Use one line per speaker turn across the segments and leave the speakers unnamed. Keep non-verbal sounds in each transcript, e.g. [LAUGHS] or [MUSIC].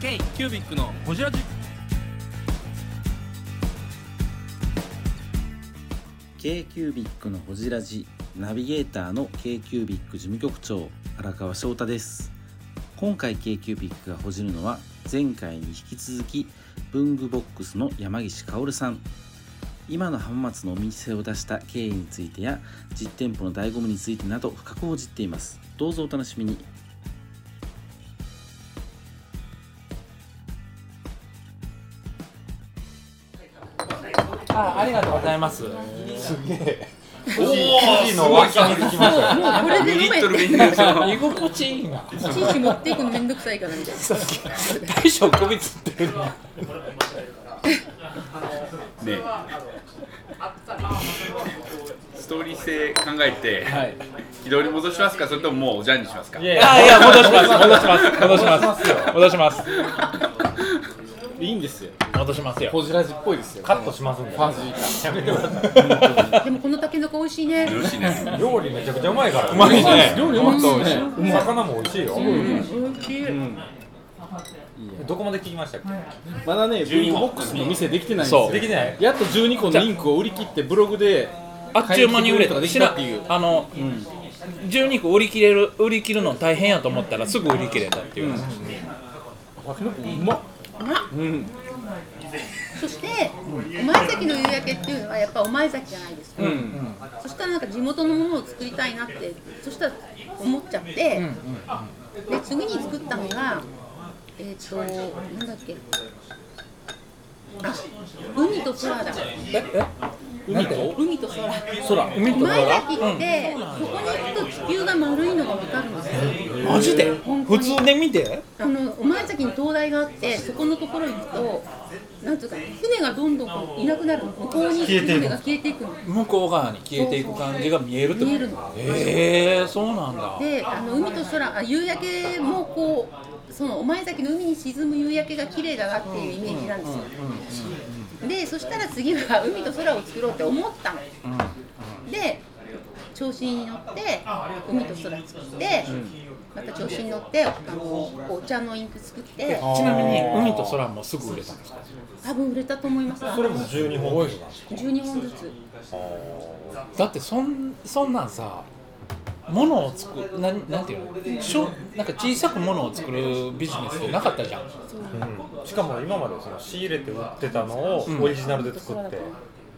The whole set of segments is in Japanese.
K キュービックのホジラジ
k q u b i c のほじラジナビゲーターの k q u b i c 事務局長荒川翔太です今回 k q u b i c がほじるのは前回に引き続き文具ボックスの山岸薫さん今の浜松のお店を出した経緯についてや実店舗の醍醐味についてなど深く報じっていますどうぞお楽しみに
あありがとうございます
おおすごい
これで飲めって
居心地いいな
地域持っていくのめんどくさいからみたいな
大将首つってるな
ねストーリー性考えて
はい
軌道に戻しますかそれとももうおじゃんにしますか
いやいや戻します戻します戻します戻します
いいんですよ。
戻しますよ
ホジラジっぽいですよ。
カットしますんで
ファジー感。
でもこの竹の子美味しいね
よろしいね
料理めちゃくちゃうまいから。う
まいね
料理うまいですね。魚も美味しいよ。
うん美味しい
どこまで聞きましたっけ？
まだね、ブルーボックスの店できてないんです
そ
よ
う。
できない。
やっと12個のリンクを売り切ってブログで
あっちゅう間に売れた
買い
知
切る
ら
ことができたっていう
あの、12個売り切れる売り切るの大変やと思ったらすぐ売り切れたっていう、
そしてお前崎の夕焼けっていうのはやっぱお前崎じゃないですか、そしたらなんか地元のものを作りたいなってそしたら思っちゃって、で次に作ったのがえっ、となんだっけあ海と空だ
海と
海と空
空海
お前崎って、ここに行くと地球が丸いのが分かるんですよ
マジで
本当
普
に
通で見て
あのお前崎に灯台があってそこのところに行くとなんていうか船がどんどんこういなくなるの向こうに行く船が消えていくの
向こう側に消えていく感じが見えるって
見
こ
え
と
るの
えー、そうなんだ
であの海と空あ夕焼けもこうそのお前崎の海に沈む夕焼けが綺麗だなっていうイメージなんですよでそしたら次は海と空を作ろうって思ったの、で調子に乗って海と空作って、また調子に乗ってあのお茶のインク作って
ちなみに海と空もすぐ売れたんですか
多分売れたと思います
それも12本ずつなんですか。
12本ずつ
だってそんそんなんさ物を作るなんなんていうのしょなんか小さく物を作るビジネスってなかったじゃん
うんしかも今までその仕入れて売ってたのをオリジナルで作って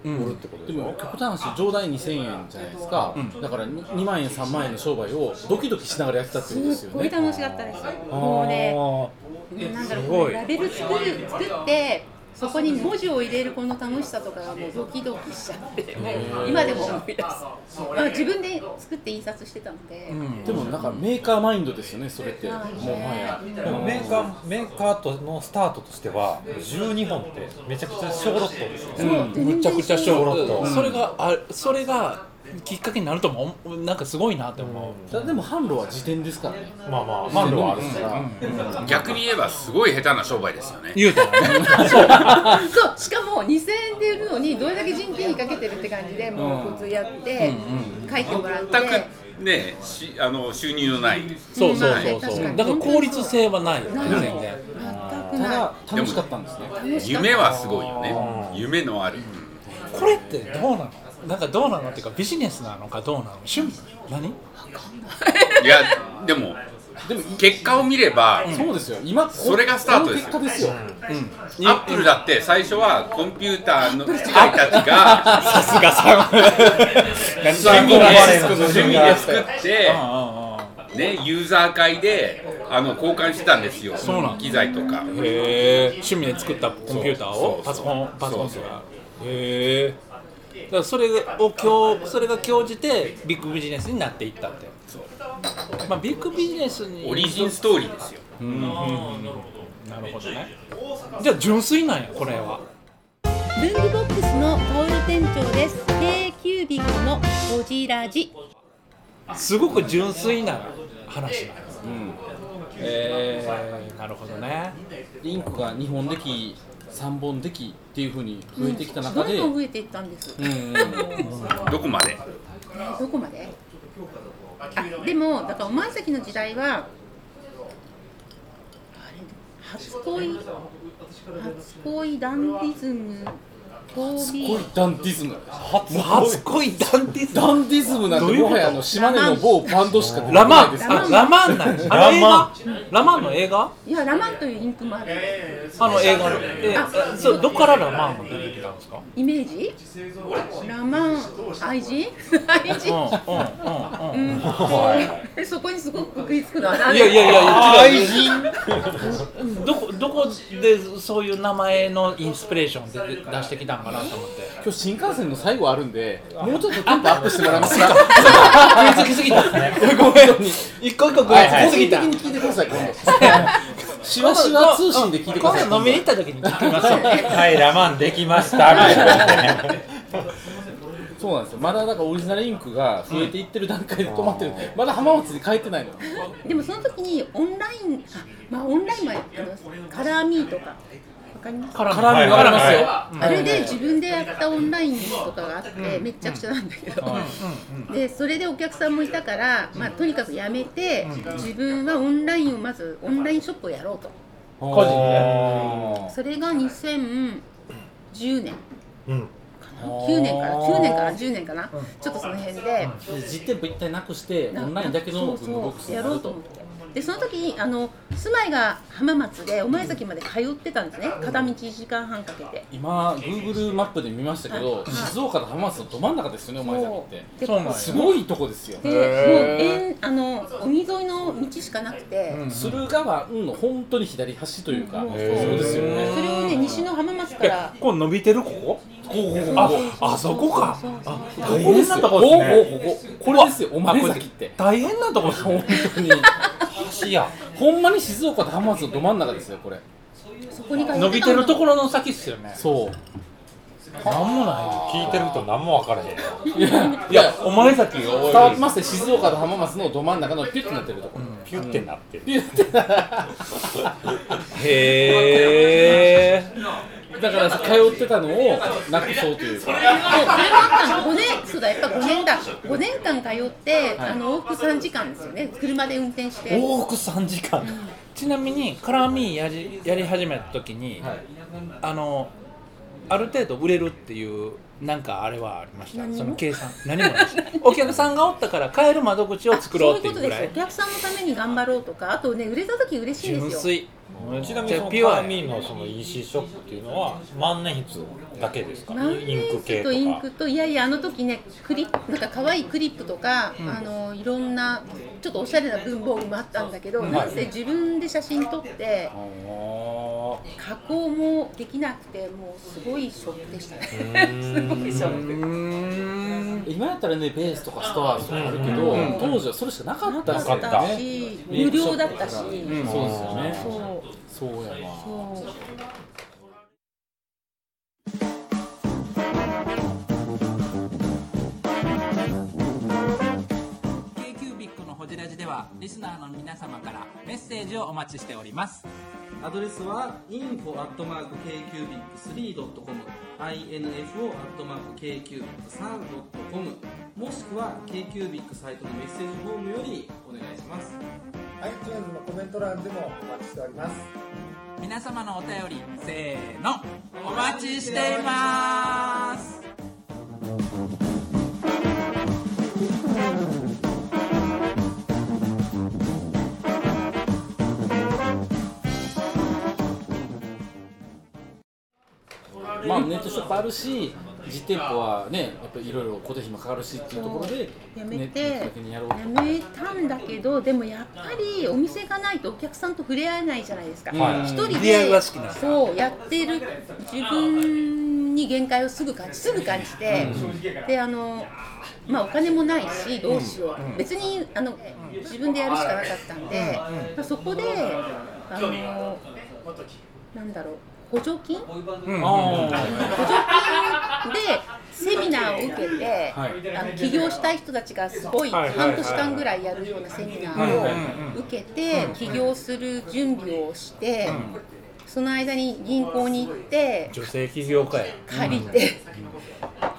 売るってこと
で
でし
も
ょ。
極端な話上代2000円じゃないですか、だからに2万円3万円の商売をドキドキしながらやってたっていうんです
すっ
よ
ごい
ね
楽しかったですよもうねなんだろうこれラベル作る作ってそこに文字を入れるこの楽しさとかがもうドキドキしちゃってもう今でも思い出す、まあ、自分で作って印刷してたので、
うん
でもなんかメーカーマインドですよねそれってもう
はい
もはや
でもメーカーメーカーとのスタートとしては12本ってめちゃくちゃ小ロットですよね。
そう
むちゃくちゃショ
ロッ
ッ
ト
クそれがあそれがきっかけになるとも思うなんかすごいなって思う、
ただでも販路は自転ですからね
まあまあマンロはあるし。
逆に言えばすごい下手な商売ですよね
言うたらね
そうしかも2000円で売るのにどれだけ人件費かけてるって感じでもう普通やって書いてもらって
全くねしあの収入のない
そうそうそう
確
そう
かに
だから効率性はないよね全然
全く
た
な
だ楽しかったんですね
夢はすごいよね夢のある
これってどうなのなんかどうなのっていうかビジネスなのかどうなの趣味何
いやでも結果を見れば
そうですよ今こ
それがスタートですよ
この結果ですよ
アップルだって最初はコンピューターの機械たちが
さすがさん
趣味
頑張れ
で
よ
趣味で作って
ああああ
ね、ユーザー会であの交換してたんですよ、
そうなん
機材とか。
へえ趣味で作ったコンピューター
そうそ
を
う
パソコンパソコンと
そう
かへえだからそれを今日それが興じてビッグビジネスになっていったってまあビッグビジネスに
オリジンストーリーですよ。
なるほどねじゃあ純粋なんやこれは
文具ボックスのタオル店長です k キュービックのゴジラジ
すごく純粋な話なんです、えーなるほどね
リンクが2本でき3本できっていうふうに増えてきた
ど
中
ん
で、
どん
うん
増えていったんです
どこまで
どこまであでもだからお前崎の時代はあれ初恋初恋ダンディズム初
すごいダンディズム
初
初恋ダンディズム
ダンディズムなんてもはやあの島根の某バンドしか出てこ
ラ
な
マ
い
ン
です
あラマンなんやあの映
ラマ
画ラマンの映画
いやラマンというインクもある
あの映画のえ
あ
そうどっからラマンが出てきたんですか
イメージラマン愛人愛
うん
人
うんうんうん
うんそこにすごく食いつくのはなん
い
で
やいやいや
愛人
どこどこでそういう名前のインスピレーションで出してきたんかなと思って
今日新幹線の最後あるんでもうちょっとテンポアップしてもらえますか
気づきすぎた
ごめん一個一個ごめん
はい
個人的に聞いてください今度しわしわ通信で聞いてください
今度飲みに行った時に聞きましょう
はいラマンできましたみたいなね
そうなんですよまだだからオリジナルインクが増えていってる段階で止まってるんで、まだ浜松に帰ってないの
でもその時にオンラインあまあオンラインもやってますカラーミーとかわかります
絡
はい
わかりますよ
あれで自分でやったオンラインとかがあってめっちゃくちゃなんだけどでそれでお客さんもいたから、まあ、とにかくやめて自分はオンラインをまずオンラインショップをやろうと
個人
それが2010年
うん
9年かな9年かな10年かなちょっとその辺で
で実店舗一体なくしてオ
な
ンラインだけのブ
そう
ッ
そ
クス
う
に
や
な
ろう
る
と
と
思ってでその時にあの住まいが浜松で御前崎まで通ってたんですね片道1時間半かけて。
今 Google マップで見ましたけど
はい
静岡と浜松のど真ん中ですよねお前
そ
崎
う
って
です
ごい
すごいとこですよ
でもうえあの海沿いの道しかなくて、
駿河湾の本当に左端というか、
もう
そう
そう
ですよね
それをね西の浜松から
こう伸びてるここ
あ
あそこか
そうそうそ
大
う
変なとこですね
こここここれですよお前崎って
大変なとこです
本
ね
当に
橋や
ほんまに静岡と浜松のど真ん中ですよこれ
そこに通ってた
伸びてると
ろ
ころの先っすよね
そう
なんもな
聞いてると何も分からへん
いや
いいやお前先が多い
伝わりますね静岡と浜松のど真ん中のピュッてなってるところ、
ピュってなってる
ピュッて
へえ
だから通ってたのをなくそうというか
そうそれもあったの5年そうだやっぱ5年だ5年間通って、あの往復3時間ですよね車で運転して
往復3時間
ちなみにカラーミーやりやり始めた時に、あのある程度売れるっていうなんかあれはありました
何も
その計算何もないです [LAUGHS] お客さんがおったから買える窓口を作ろうっていう
そう
ぐ
いうこ
ら
とです
い
お客さんのために頑張ろうとかあとね売れた時嬉しいん
純
ですよ
粋め
ち
ち
な
ゃ
みにそのカ
ピュア
ーミーのその EC ショップっていうのは万年筆だけですか
万
イン
年
ク
筆
系と
と
か
インクといやいやあの時ねクリップなんか可愛いクリップとか、あのいろんなちょっとおしゃれな文房具もあったんだけど、なんせ自分で写真撮って加工もできなくてもうすごいショックでしたね [LAUGHS] すごいショック
今やったらねベースとかストアとかあるけど、
うん
当時はそれしかなかったです
だ
よ
っ
ね
たし無料だったし、
うんそうですよね
そう
そうやわ
そう
アドレスは info.kcubic3.com info.kcubic3.com もしくは KQBIC サイトのメッセージフォームよりお願いします
皆様のお便りせーのお待ちしています
まあネットショップあるし実店舗はねやっぱりいろいろ固定費もかかるしっていうところで
やめ
ネ
て
ットだけにやろうと
やめたんだけどでもやっぱりお店がないとお客さんと触れ合えないじゃないですか一、
はい
人で
触れ合いは好きなんだ
そうやってる自分に限界をすぐ感じすぐ感じて、であのまあお金もないしどうしよう、別にあの自分でやるしかなかったんで、まあ、そこであのなんだろう補助金
あ
補助金でセミナーを受けて、あの起業したい人たちがすごい
はいはいはい
半年間ぐらいやるようなセミナーを受けて起業する準備をして、その間に銀行に行って
女性起業家や
借りて、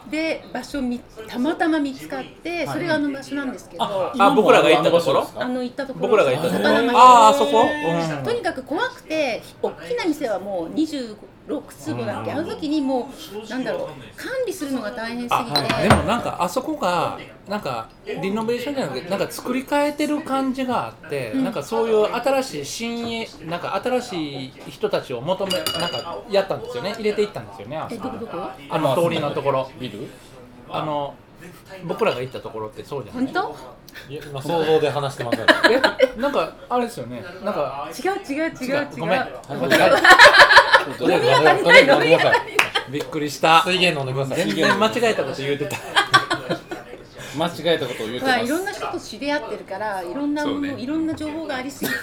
で場所みたまたま見つかってそれがあの場所なんですけど、
あ僕らが行ったところ
あの行ったところ
僕らが行ったところ
魚町
ああそこ、うん
とにかく怖くて大きな店はもう26坪だっけあの時にもうなんだろう管理するのが大変す
あ
ぎて、
はい、でもなんかあそこがなんかリノベーションじゃなくてなんか作り変えてる感じがあって、なんかそういう新しい新鋭なんか新しい人たちを求めなんかやったんですよね入れていったんですよねあ
え
そ
ど
こ
こどこ
あの通りのところ
ビル
あの僕らが行ったところってそうじゃない
本当
いや今想像で話してません
えなんかあれですよねなんか
違う違う違う違う
ごめん
ごめん
飲み当たりない飲み当たりない
びっくりした
水源飲んでください
全然間違えたこと言うてた
間違えたことを言うて
ほら
ま
い
す
ろんな人と知り合ってるからいろんな
そうね
いろんな情報がありすぎて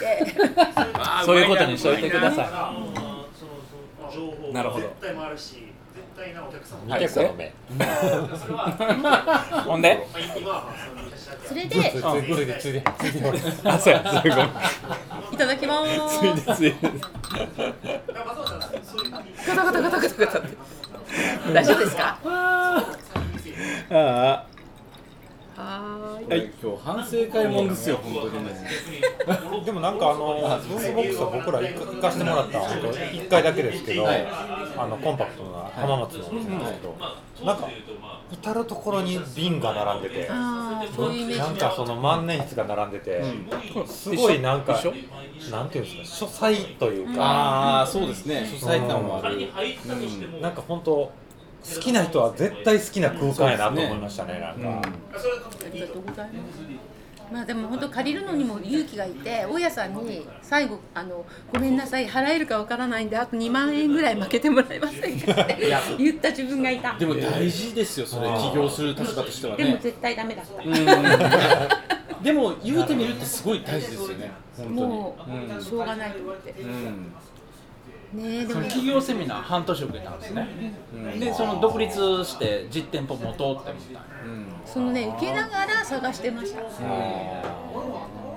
あー
そういうことにしといてくだ
うまな
さいなるほど
見てこの目
ほんで
それで
ついついでついでついで
あそうやすごい
いただきますガタガタガタガタガタって大丈夫ですか
あ
はーい
はい、今日反省会もんですよ、本当にね。
あでもなんかあのブースボックスは僕ら行か行かしてもらった本当一回だけですけど、
はい
あのコンパクトな浜松のお店なんですけど、なんか至る所に瓶が並んでて。
あーそういうイメージ
なんかその万年筆が並んでて、すごいなんか、なんていうんですか、書斎というか、
ああ、そうですね、書斎感もある。
なんか本当、好きな人は絶対好きな空間やなと思いましたね、なんか。
ありがとうございます。まあでも本当借りるのにも勇気がいて大家さんに最後あのごめんなさい払えるかわからないんであと2万円ぐらい負けてもらえませんかって言った自分がいた。
でも大事ですよ、それ、起業する立場としては
でも
ね。
絶対ダメだった。
でも、言うてみるってすごい大事ですよね、本
も
当に。
うしょうがないと思って。ね
うん
えでも
企業セミナー半年受けたんですね、でその独立して実店舗持とうって思った
そのね受けながら探してました。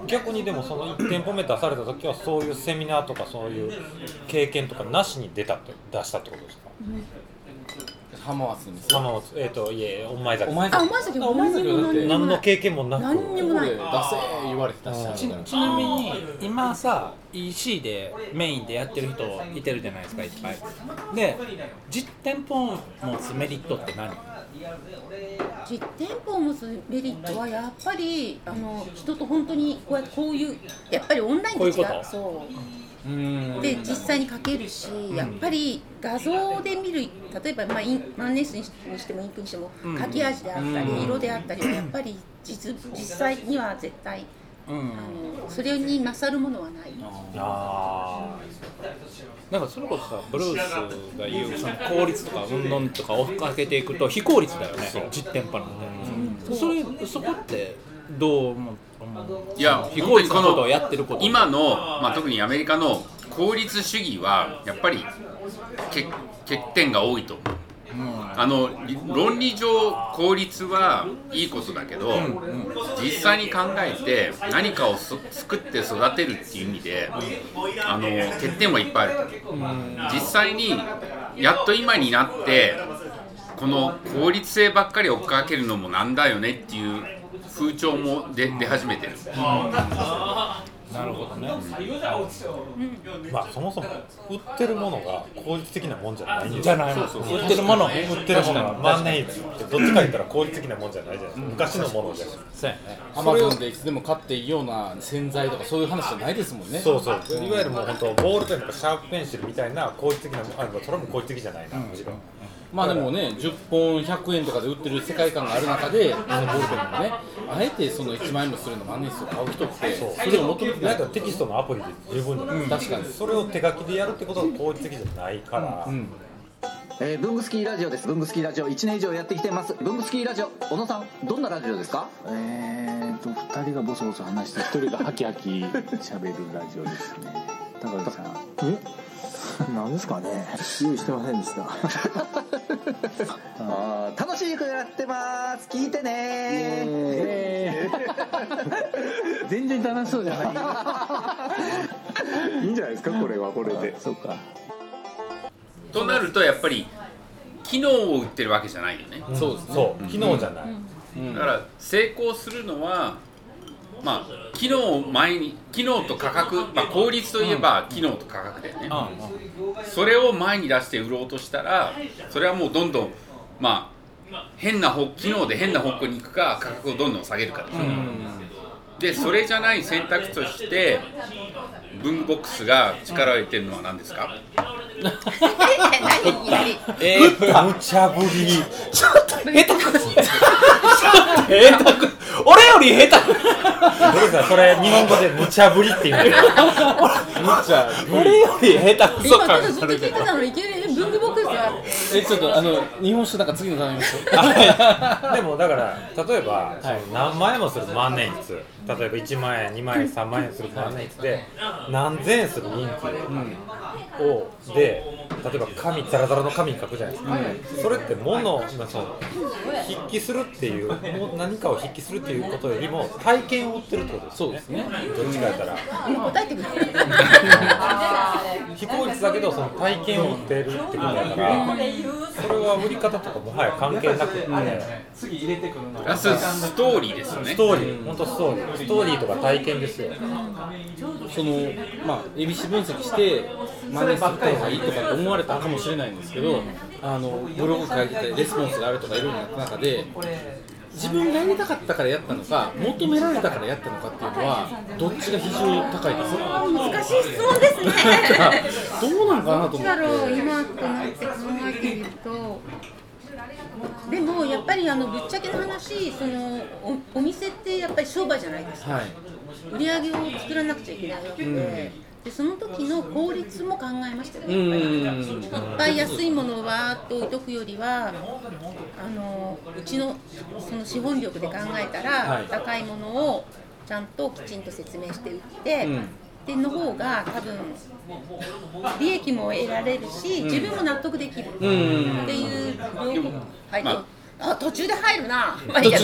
逆にでもその1店舗目出された時はそういうセミナーとかそういう経験とかなしに出たって出したってことですか
浜松に。
浜松えっ、といえお前だ
お前
あ
だ
お前先
あお前
何
だ
に
け
も
どだって
何にも
何
な
の
い。
経験もなく
何にも
こ
ない
れ出せ言われてたし、
ちちなみに今さ EC でメインでやってる人いてるじゃないですかいっぱいで実店舗を持つメリットって何
実店舗を持つメリットはやっぱりあの人と本当にこうやってこういうやっぱりオンラインと違
こういうこと
そう。
うん
で実際に書けるし、やっぱり画像で見る例えば、まあ、インマンネスにしてもインクにしても
ん
書き味であったり、
うん
色であったりはやっぱり実実際には絶対
うん
あのそれに勝るものはない。
あ
なんかそれこそさブルースが言うその効率とか運動とか追っかけていくと非効率だよね実店舗なんで、それそこってどう思う
いや
非
本
効
当に
率
こ
なことを
の
やってること
今の、まあ、特にアメリカの効率主義はやっぱり欠欠点が多いと思うあの論理上効率はいいことだけど、実際に考えて何かをそ作って育てるっていう意味で、あの欠点はいっぱいあると思う、実際にやっと今になってこの効率性ばっかり追っかけるのもなんだよねっていう風潮も出出始めてる、
なるほどね
ーまあそもそも売ってるものが効率的なもんじゃないんです
じゃ
よ
ないの売ってるものを
売ってるものが万年筆ってどっちか言ったら効率的なもんじゃないじゃないですか昔のものじゃない
そうやね
アマゾンでいつでも買っていいような洗剤とかそういう話じゃないですもんね。
そうそういわゆるもう本当ボールペンとかシャープペンシルみたいな効率的なもんあそれも効率的じゃないなむしろ
まあでもね、10本100円とかで売ってる世界観がある中で、そのボールペンもね、あえてその1万円もするの万年筆を買う人って、
そう
それを求めてな
なん
い
かテキストのアプリで十分じゃないですか
確かに
それを手書きでやるってことは効率的じゃないから、
えー、ブングスキーラジオです。ブングスキーラジオ1年以上やってきてます。ブングスキーラジオ、小野さん、どんなラジオですかえーと、2人がボソボソ話して、1人がハキハキ喋るラジオですね。高木さん。えなんですかね用意してませんでした。 [LAUGHS] あー楽しい曲やってます。聞いてね [LAUGHS] 全然楽しそうじゃ [LAUGHS] ない。いいんじゃないですかこれはこれで。そうか。
となるとやっぱり企機能を売ってるわけじゃないよね
そうですね
そう機能じゃない、
だから成功するのはまあ機能を前に機能と価格、まあ、効率といえば機能と価格だよね、それを前に出して売ろうとしたらそれはもうどんどんまあ変な方機能で変な方向に行くか価格をどんどん下げるかでしょ、でそれじゃない選択肢として文ボックスが力を入れてるのは何ですか、
何言って
え
えー、無茶ぶり
俺より下手
どうですかそれ日本語で無茶ぶりって言うんだよ
無茶
俺より下手くそ
今ちょ
感
っと
じ
ず
さ
っと
れて
聞いて
る
たのにいきなり文具ボックスは
えちょっとあの日本酒なんか次の頼みましょう
[LAUGHS] でもだから例えば、その何万円もする万年筆例えば1万円2万円3万円する万年筆で何千円する人気を、で例えば紙ザラザラの紙に書くじゃないですか、それって物をまあその筆記するっていうもう何かを筆記するっていうことよりも体験を売ってるってことですよね
ね
どっちかやったら
答えてくれる
非効率だけどその体験を売ってるってことだからそれは売り方とかもはや関係なくて。
プラスストーリーですよね
ストーリー、本当ストーリー、ストーリーとか体験ですよ。
そのまあ恵比寿分析して真似する方がいいとかって思われたかもしれないんですけどあのブログ書いてたりレスポンスがあるとかいろいろな中で自分がやりたかったからやったのか求められたからやったのかっていうのはどっちが非常に高いですよ
難しい質問です
[LAUGHS]
ね
どうなんかなと
どっ
思
ちだ
っ
ろう
て
今となって考えてみるとでもやっぱりあのぶっちゃけの話そのおお店ってやっぱり商売じゃないですか、
はい
売り上げを作らなくちゃいけないわけで,、でその時の効率も考えましたよ
う
ね、やっぱり
ーん
いっぱい安いものをわーっと置いとくよりはあのうちのその資本力で考えたら、
はい
高いものをちゃんときちんと説明して売って、
うん
での方が多分利益も得られるし、自分も納得できるって
ん
いう両方、はい
まあ
あ途中で入るな、まあいいや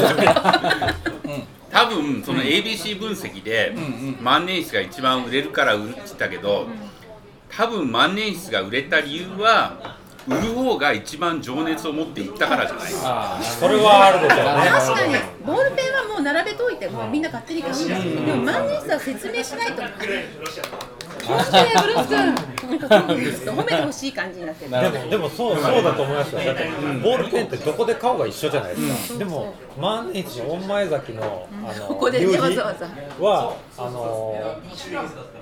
多分その ABC 分析で万年筆が一番売れるから売るって言ったけど多分万年筆が売れた理由は売る方が一番情熱を持っていったからじゃない
それはあるでしょ
確
うね。
かにボールペンはもう並べといてもうみんな勝手に買うんですけどでも万年筆は説明しないとこうしてブルース君なんかちょっと褒めてほしい感じになってる
でも、でも、そう、そうだと思いますよ。だって、ボールペンってどこで買おうが一緒じゃないですか。でも、万年筆の御前崎の、あの、
ここでね
夕日
わざわざ
は、あの、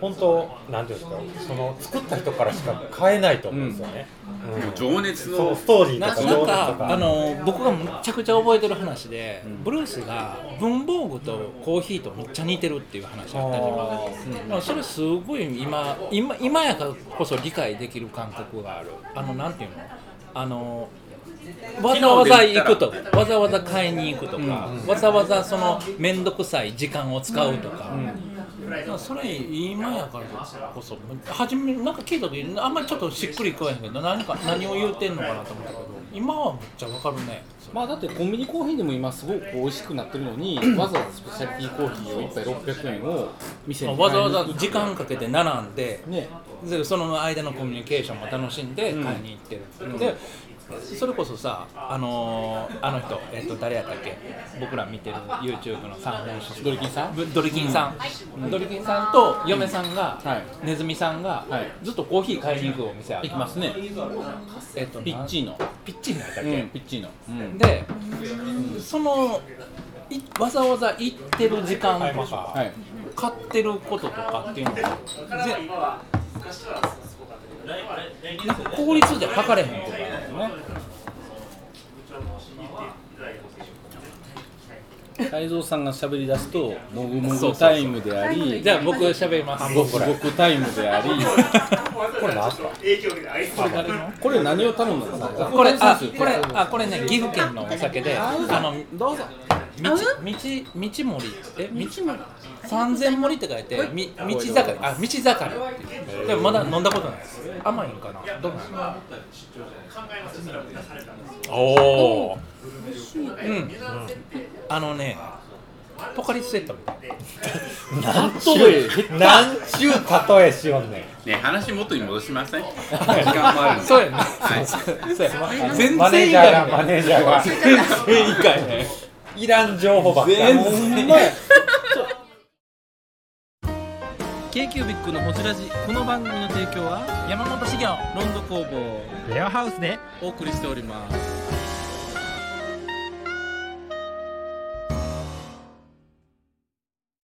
本当、なんていうんですか、その作った人からしか買えないと思うんですよね。うん
情熱
そう、
の
ストーリー
な
と
な
か、
ん
情熱と
かあ
か。
の僕がむちゃくちゃ覚えてる話で、ブルースが文房具とコーヒーとめっちゃ似てるっていう話があったじゃないうんまあそれすごい今今今やからこそ理解できる感覚があるあのなんていうのあのわざわざ行くとわざわざ買いに行くとか、わざわざその面倒くさい時間を使うとか、まあそれ今やからこそ初めなんか聞いた時あんまりちょっとしっくりこえへんけど何か何を言うてんのかなと思ったけど今はめっちゃわかるね
まあだってコンビニコーヒーでも今すごく美味しくなってるのにわざわざスペシャリティコーヒーを1杯600円を店に買いに
わざわざ時間かけて並んで
ね
でその間のコミュニケーションも楽しんで買いに行ってる、でそれこそさあのーあの人、えっと誰やったっけ僕ら見てる YouTube の三本書
ドリキンさん
ドリキンさん、ドリキンさんと嫁さんが、
うんはい
ネズミさんが、
はい
ずっとコーヒー買いに行くお店ある
行きますね
えっと
ピッチーノ
ピッチになったっ
う
け、
んピッチーノうん
で、そのいわざわざ行ってる時間とか、
はい
買ってることとかっていうのがぜなんか効率じゃ測れへんとかなんだよね
泰造さんが喋り出すともぐもぐタイムであり
じゃあ僕喋ります
ごくごくタイムであり
これなんすか。
これ何を頼んだんですか
これあこれあこれね岐阜県のお酒であのどうぞ道道道森え道三千森って書いてみ道盛りあ道盛りっていうでもまだ飲んだことないです甘いんかなどうなの
おお。
うん、あのねポカリスエットみたい
なんちゅうなんちゅう例えしよんねん
ね話元に戻し
[LAUGHS]
ません時間もある
な
んで
そうやね
はい
そうやね全
マネー
然い
ジャ
か
ー
へん
がマネージャーが
全然いかへん
いらん情報ばっかり
全然
k q b i c のホジラジこの番組の提供は
山本修行
ロンド工房
レアハウスで
お送りしております